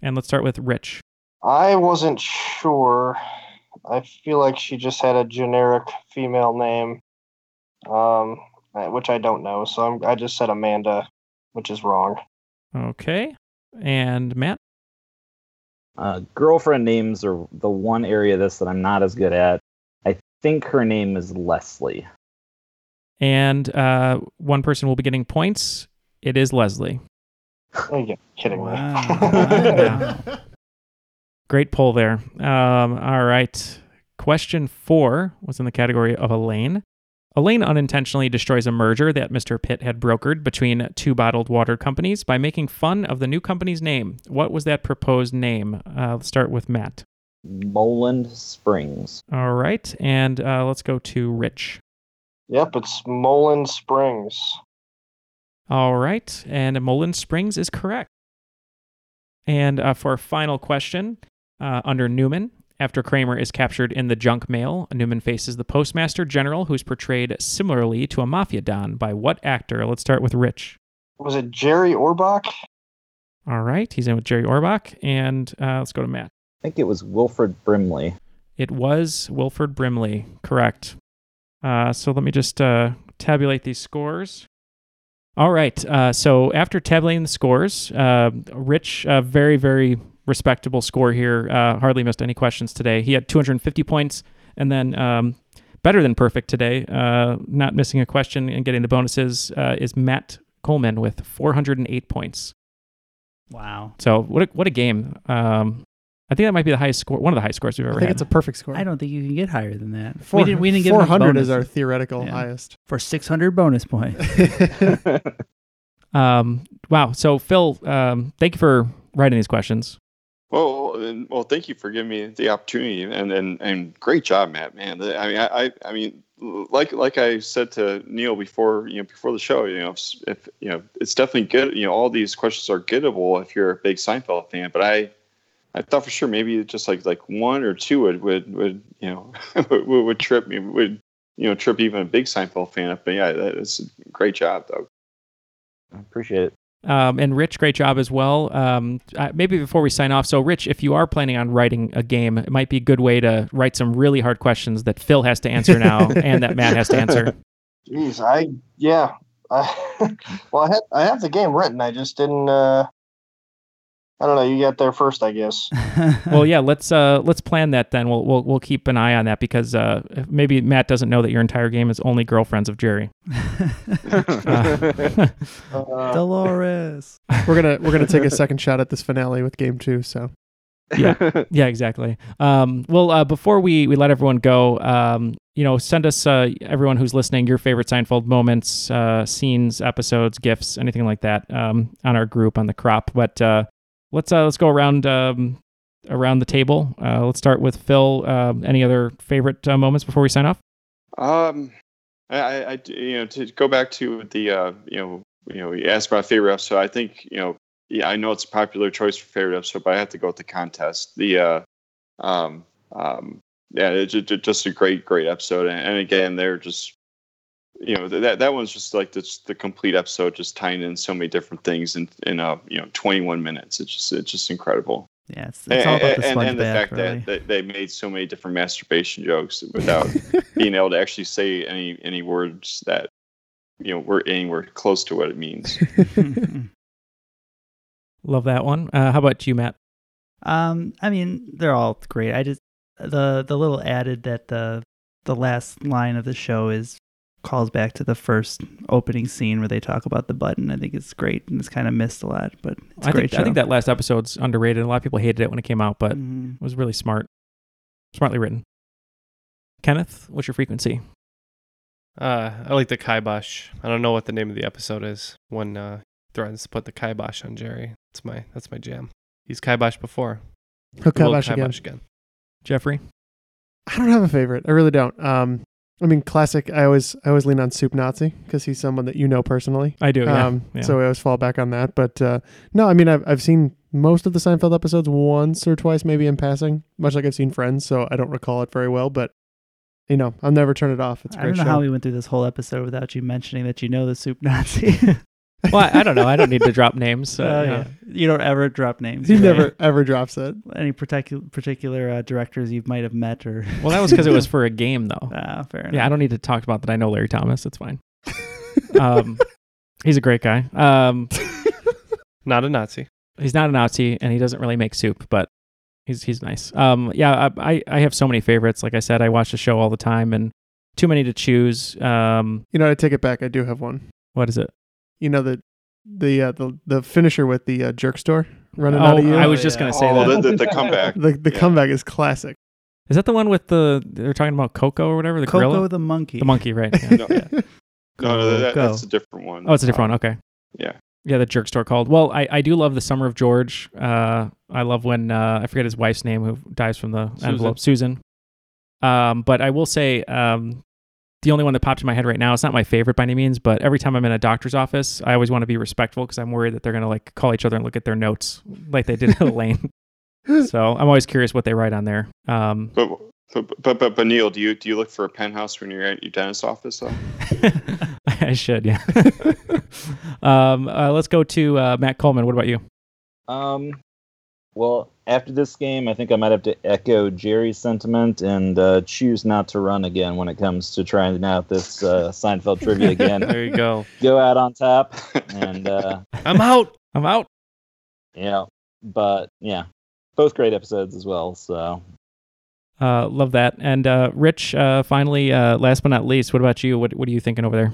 S6: And let's start with Rich.
S8: I wasn't sure. I feel like she just had a generic female name, um, which I don't know. So I'm, I just said Amanda, which is wrong.
S6: Okay. And Matt?
S9: Uh, girlfriend names are the one area of this that I'm not as good at. I think her name is Leslie.
S6: And uh, one person will be getting points. It is Leslie.
S8: Oh, you're kidding me.
S6: Uh,
S9: [laughs]
S6: Great poll there. Um, all right. Question four was in the category of Elaine. Elaine unintentionally destroys a merger that Mr. Pitt had brokered between two bottled water companies by making fun of the new company's name. What was that proposed name? Uh, let's start with Matt.
S9: Moland Springs.
S6: All right. And uh, let's go to Rich.
S8: Yep, it's Molin Springs.
S6: All right. And Moline Springs is correct. And uh, for our final question, uh, under Newman, after Kramer is captured in the junk mail, Newman faces the postmaster general, who's portrayed similarly to a mafia don by what actor? Let's start with Rich.
S8: Was it Jerry Orbach?
S6: All right. He's in with Jerry Orbach. And uh, let's go to Matt.
S9: I think it was Wilfred Brimley.
S6: It was Wilford Brimley, correct. Uh, so let me just uh, tabulate these scores. All right. Uh, so after tabulating the scores, uh, Rich, uh, very, very respectable score here. Uh, hardly missed any questions today. He had 250 points, and then um, better than perfect today, uh, not missing a question and getting the bonuses, uh, is Matt Coleman with 408 points.
S5: [laughs] Wow.
S6: So what a, what a game. Um, I think that might be the highest score, one of the highest scores we've ever
S12: I think
S6: had.
S12: it's a perfect score.
S5: I don't think you can get higher than that.
S12: Four-
S5: we didn't, we didn't get
S12: 400
S5: enough
S12: is our
S5: bonuses.
S12: theoretical highest.
S5: For 600 bonus [laughs] points.
S6: um, wow. So Phil, um, thank you for writing these questions.
S10: Well, and- well, thank you for giving me the opportunity, and and, and great job, Matt. Man, I mean, I, I, I mean, like like I said to Neil before, you know, before the show, you know, if, if you know, it's definitely good. You know, all these questions are gettable if you're a big Seinfeld fan. But I, I thought for sure maybe just like like one or two would would, would you know [laughs] would, would trip me would you know trip even a big Seinfeld fan up. But yeah, that, that's a great job though.
S9: I appreciate it.
S6: Um, and Rich, great job as well. Um, uh, maybe before we sign off, so Rich, if you are planning on writing a game, it might be a good way to write some really hard questions that Phil has to answer
S8: [laughs]
S6: now and that Matt has to answer.
S8: Jeez, I [laughs] yeah. I, well, I had I have the game written. I just didn't. Uh, I don't know. You got there first, I guess.
S6: well, yeah, let's uh, let's plan that then. We'll we'll we'll keep an eye on that because uh, maybe Matt doesn't know that your entire game is only girlfriends of Jerry. [laughs] Uh, [laughs]
S5: Dolores.
S12: We're gonna we're gonna take a second shot at this finale with game two. So
S5: [laughs]
S6: yeah, yeah, exactly. Um, well, uh, before we we let everyone go, um, you know, send us uh, everyone who's listening your favorite Seinfeld moments, uh, scenes, episodes, gifts, anything like that um, on our group on the crop. But uh, let's uh, let's go around um, around the table. Uh, let's start with Phil. Uh, any other favorite uh, moments before we sign off?
S10: Um, I, I- I- you know, to go back to the, uh, you know, you know, you asked about favorite episode. I think, you know, yeah, I know it's a popular choice for favorite episode, but I have to go with the contest. The, uh, um, um, yeah, it's ju- ju- just a great, great episode. And, and again, they're just, you know, th- that that one's just like this, the complete episode, just tying in so many different things in in uh, you know, 21 minutes. It's just it's just incredible.
S5: Yeah, it's, it's all about the
S10: and,
S5: sponge
S10: and the
S5: bath,
S10: fact
S5: really.
S10: that, that they made so many different masturbation jokes
S5: [laughs]
S10: without being able to actually say any any words that you know were anywhere close to what
S5: [laughs]
S10: it means.
S6: Love that one. Uh, how about you, Matt?
S5: Um, I mean, they're all great. I just the the little added that the the last line of the show is calls back to the first opening scene where they talk about the button. I think it's great and it's kind of missed a lot, but it's a
S6: I
S5: great
S6: think,
S5: show. Mm-hmm.
S6: I think that last episode's underrated. A lot of people hated it when it came out, but it was really smart, smartly written. Kenneth, what's your frequency?
S7: Uh, I like the kibosh. I don't know what the name of the episode is when uh, threatens to put the kibosh on Jerry. That's my that's my jam. He's kiboshed before.
S12: He'll
S7: He will
S12: kibosh again.
S6: Jeffrey.
S12: I don't have a favorite. I really don't. Um, I mean, classic. I always I always lean on Soup Nazi because he's someone that you know personally.
S6: I do, yeah,
S12: Um,
S6: yeah.
S12: So I always fall back on that. But uh, no, I mean, I've I've seen most of the Seinfeld episodes once or twice, maybe in passing. Much like I've seen Friends, so I don't recall it very well. But you know, I'll never turn it off. It's a
S5: I
S12: great
S5: don't know
S12: show.
S5: how we went through this whole episode without you mentioning that you know the soup [laughs] Nazi.
S6: Well, I, I don't know. I don't need to drop names.
S5: Oh,
S6: Uh,
S5: yeah. You don't ever drop names.
S12: He
S5: right?
S12: never ever drops it.
S5: Any particular particular uh, directors you might have met or
S6: Well, that was
S5: [laughs]
S6: because it was
S7: [laughs]
S6: for a game, though.
S5: Ah, fair
S6: Yeah, I don't need to talk about that. I know Larry Thomas. It's
S7: [laughs]
S6: fine. um, he's a great guy. Um,
S7: [laughs] not a Nazi.
S6: He's not a Nazi, and he doesn't really make soup, but he's he's nice. Um, yeah, I I- I have so many favorites. Like I said, I watch the show all the time, and too many to choose. Um,
S12: You know, I take it back. I do have one.
S6: what is it?
S12: You know the the uh, the the finisher with the uh, jerk store running
S6: Oh,
S12: out of you.
S6: I was just gonna say
S10: Oh,
S6: that.
S5: [laughs]
S10: the- the- the comeback.
S12: The the
S10: Yeah.
S12: comeback is classic.
S6: Is that the one with the they're talking about Coco or whatever? The
S5: Coco
S6: gorilla?
S5: the monkey.
S6: The monkey,
S10: [laughs]
S6: right? yeah.
S10: No, no, no, that, that's a different one. Um,
S6: Oh, it's a different one. Okay.
S10: yeah.
S6: Yeah, the jerk store called. Well, I, I do love the Summer of George. Uh, I love when uh, I forget his wife's name who dies from the
S7: Susan.
S6: envelope, Susan. Um, but I will say um, the only one that popped in my head right now. It's not my favorite by any means, but every time I'm in a doctor's office, I always want to be respectful because I'm worried that they're gonna like call each other and look at their notes like they
S7: [laughs]
S6: did at Elaine. So I'm always curious what they write on there. Um,
S7: Oh.
S10: But, but but but but Neil, do you do you look for a penthouse when you're at your dentist's office though?
S6: [laughs]
S5: [laughs]
S6: I should, yeah. [laughs] um, uh, let's go to uh, Matt Coleman. What about you?
S9: Um, well, after this game, I think I might have to echo Jerry's sentiment and uh, choose not to run again when it comes to trying out this uh, Seinfeld
S7: [laughs]
S9: trivia again.
S7: There you go.
S9: Go out on top, and uh,
S7: I'm out.
S6: [laughs] I'm out.
S9: Yeah, but yeah, both great episodes as well. So
S6: Uh, love that. And uh, Rich, uh, finally, uh, last but not least, what about you? What What are you thinking over there?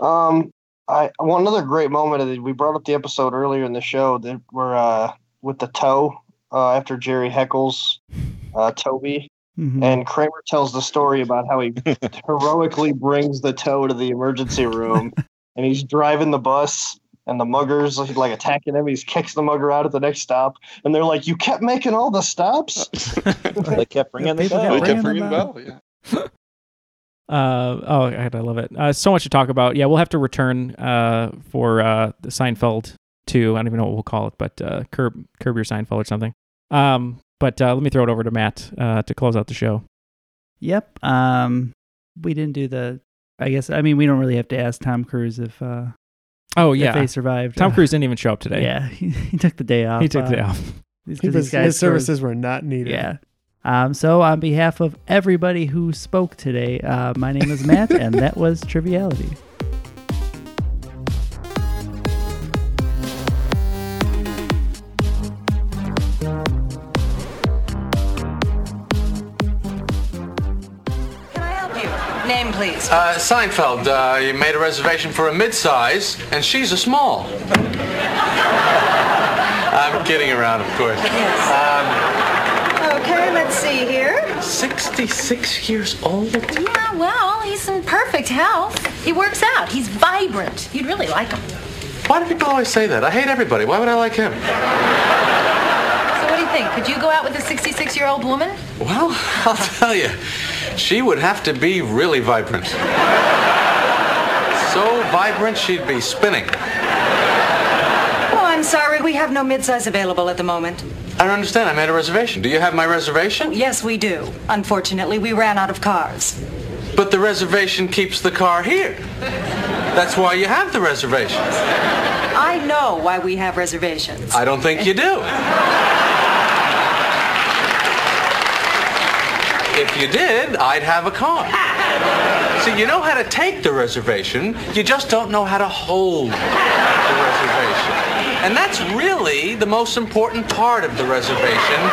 S8: Um, I well, another great moment. Of the, we brought up the episode earlier in the show that we're uh, with the toe uh, after Jerry heckles uh, Toby,
S9: Mm-hmm.
S5: Mhm.
S8: and Kramer tells the story about how
S9: [laughs]
S8: he heroically brings the toe to the emergency
S9: [laughs]
S8: room, and he's driving the bus. And the muggers like attacking him. He kicks the mugger out at the next stop, and they're like, "You kept making all the stops."
S9: [laughs] they kept ringing the bell.
S10: yeah.
S6: Uh, oh, God, I love it. Uh, so much to talk about. Yeah, we'll have to return uh, for uh, the Seinfeld 2. I don't even know what we'll call it, but uh, Curb, Curb Your Seinfeld or something. Um, but uh, let me throw it over to Matt uh, to close out the show.
S5: Yep. Um, we didn't do the. I guess I mean we don't really have to ask Tom Cruise if. Uh,
S6: Oh,
S5: if
S6: yeah.
S5: they survived. [laughs]
S6: Tom Cruise didn't even show up today.
S5: Yeah, [laughs] he, he took the day off. uh,
S6: He took the day off.
S5: these-
S12: He
S5: 'cause these
S12: was-
S5: guys
S12: his services
S5: drove-
S12: were not needed.
S5: Yeah. Um, so on behalf of everybody who spoke today, uh, my name is Matt, and that was Triviality.
S15: Name, please.
S16: Uh, Seinfeld, uh, you made a reservation for a mid-size, and she's a small. I'm kidding around, of course.
S15: Okay, let's see here.
S16: Um, 66 years old?
S15: Yeah, well, he's in perfect health. He works out. He's vibrant. You'd really like him.
S16: Why do people always say that? I hate everybody. Why would I like him?
S15: So what do you think? Could you go out with a 66-year-old woman?
S16: Well, [laughs] I'll tell you, she would have to be really vibrant. So vibrant, she'd be spinning.
S15: Oh, I'm sorry. We have no midsize available at the moment.
S16: I don't understand. I made a reservation. Do you have my reservation?
S15: Yes, we do. Unfortunately, we ran out of cars.
S16: But the reservation keeps the car here. That's why you have the reservation.
S15: I know why we have reservations.
S16: I don't think you do. If you did, I'd have a car. See, you know how to take the reservation, you just don't know how to hold the reservation. And that's really the most important part of the reservation,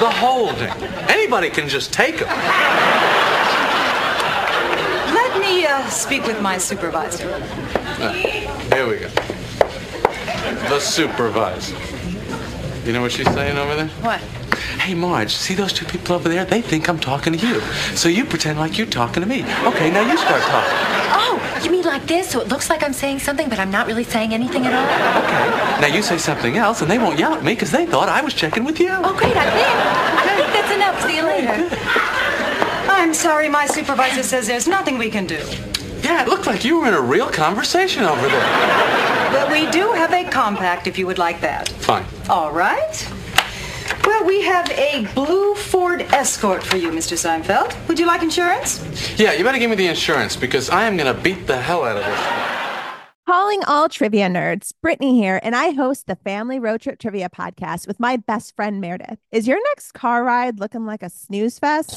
S16: the holding. Anybody can just take them.
S15: Let me uh, speak with my supervisor.
S16: Here we go. The supervisor. You know what she's saying over there?
S15: What?
S16: Hey, Marge, see those two people over there? They think I'm talking to you. So you pretend like you're talking to me. Okay, now you start talking.
S15: Oh, you mean like this? So it looks like I'm saying something, but I'm not really saying anything at all?
S16: Now you say something else, and they won't yell at me because they thought I was checking with you.
S15: Oh, great, I think. I think that's enough. See you later. I'm sorry, my supervisor says there's nothing we can do.
S16: Yeah, it looked like you were in a real conversation over there.
S15: But we do have a compact if you would like that.
S16: Fine.
S15: All right. Well, we have a blue Ford Escort for you, Mr. Seinfeld. Would you like insurance?
S16: Yeah, you better give me the insurance because I am going to beat the hell out of this.
S17: Calling all trivia nerds, Brittany here, and I host the Family Road Trip Trivia Podcast with my best friend Meredith. Is your next car ride looking like a snooze fest?